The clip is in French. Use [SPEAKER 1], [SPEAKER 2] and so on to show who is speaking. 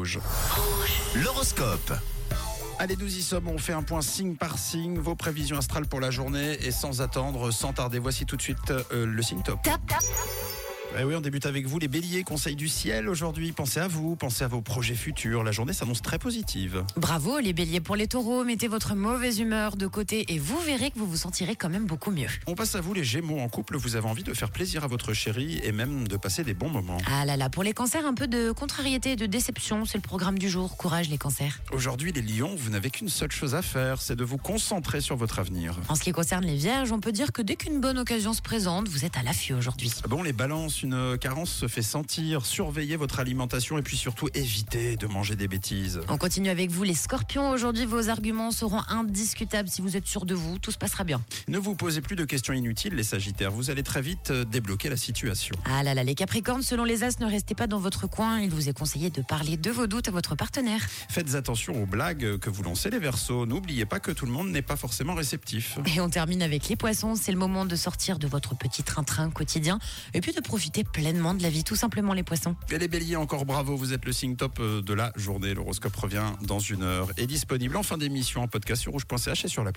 [SPEAKER 1] rouge.
[SPEAKER 2] L'horoscope.
[SPEAKER 1] Allez, nous y sommes, on fait un point signe par signe, vos prévisions astrales pour la journée et sans attendre, sans tarder, voici tout de suite euh, le signe top. Eh oui, on débute avec vous, les béliers, conseil du ciel aujourd'hui. Pensez à vous, pensez à vos projets futurs. La journée s'annonce très positive.
[SPEAKER 3] Bravo les béliers pour les taureaux, mettez votre mauvaise humeur de côté et vous verrez que vous vous sentirez quand même beaucoup mieux.
[SPEAKER 1] On passe à vous, les gémeaux en couple. Vous avez envie de faire plaisir à votre chérie et même de passer des bons moments.
[SPEAKER 3] Ah là là, pour les cancers, un peu de contrariété et de déception, c'est le programme du jour. Courage les cancers.
[SPEAKER 1] Aujourd'hui, les lions, vous n'avez qu'une seule chose à faire, c'est de vous concentrer sur votre avenir.
[SPEAKER 3] En ce qui concerne les vierges, on peut dire que dès qu'une bonne occasion se présente, vous êtes à l'affût aujourd'hui.
[SPEAKER 1] Ah Bon, les balances, une euh, carence se fait sentir. Surveillez votre alimentation et puis surtout évitez de manger des bêtises.
[SPEAKER 3] On continue avec vous les scorpions. Aujourd'hui, vos arguments seront indiscutables. Si vous êtes sûr de vous, tout se passera bien.
[SPEAKER 1] Ne vous posez plus de questions inutiles, les sagittaires. Vous allez très vite euh, débloquer la situation.
[SPEAKER 3] Ah là là, les capricornes, selon les as, ne restez pas dans votre coin. Il vous est conseillé de parler de vos doutes à votre partenaire.
[SPEAKER 1] Faites attention aux blagues que vous lancez les versos. N'oubliez pas que tout le monde n'est pas forcément réceptif.
[SPEAKER 3] Et on termine avec les poissons. C'est le moment de sortir de votre petit train-train quotidien et puis de profiter pleinement de la vie, tout simplement les poissons.
[SPEAKER 1] Et les béliers, encore bravo, vous êtes le signe top euh, de la journée. L'horoscope revient dans une heure et disponible en fin d'émission en podcast sur rouge.ch et sur l'appli.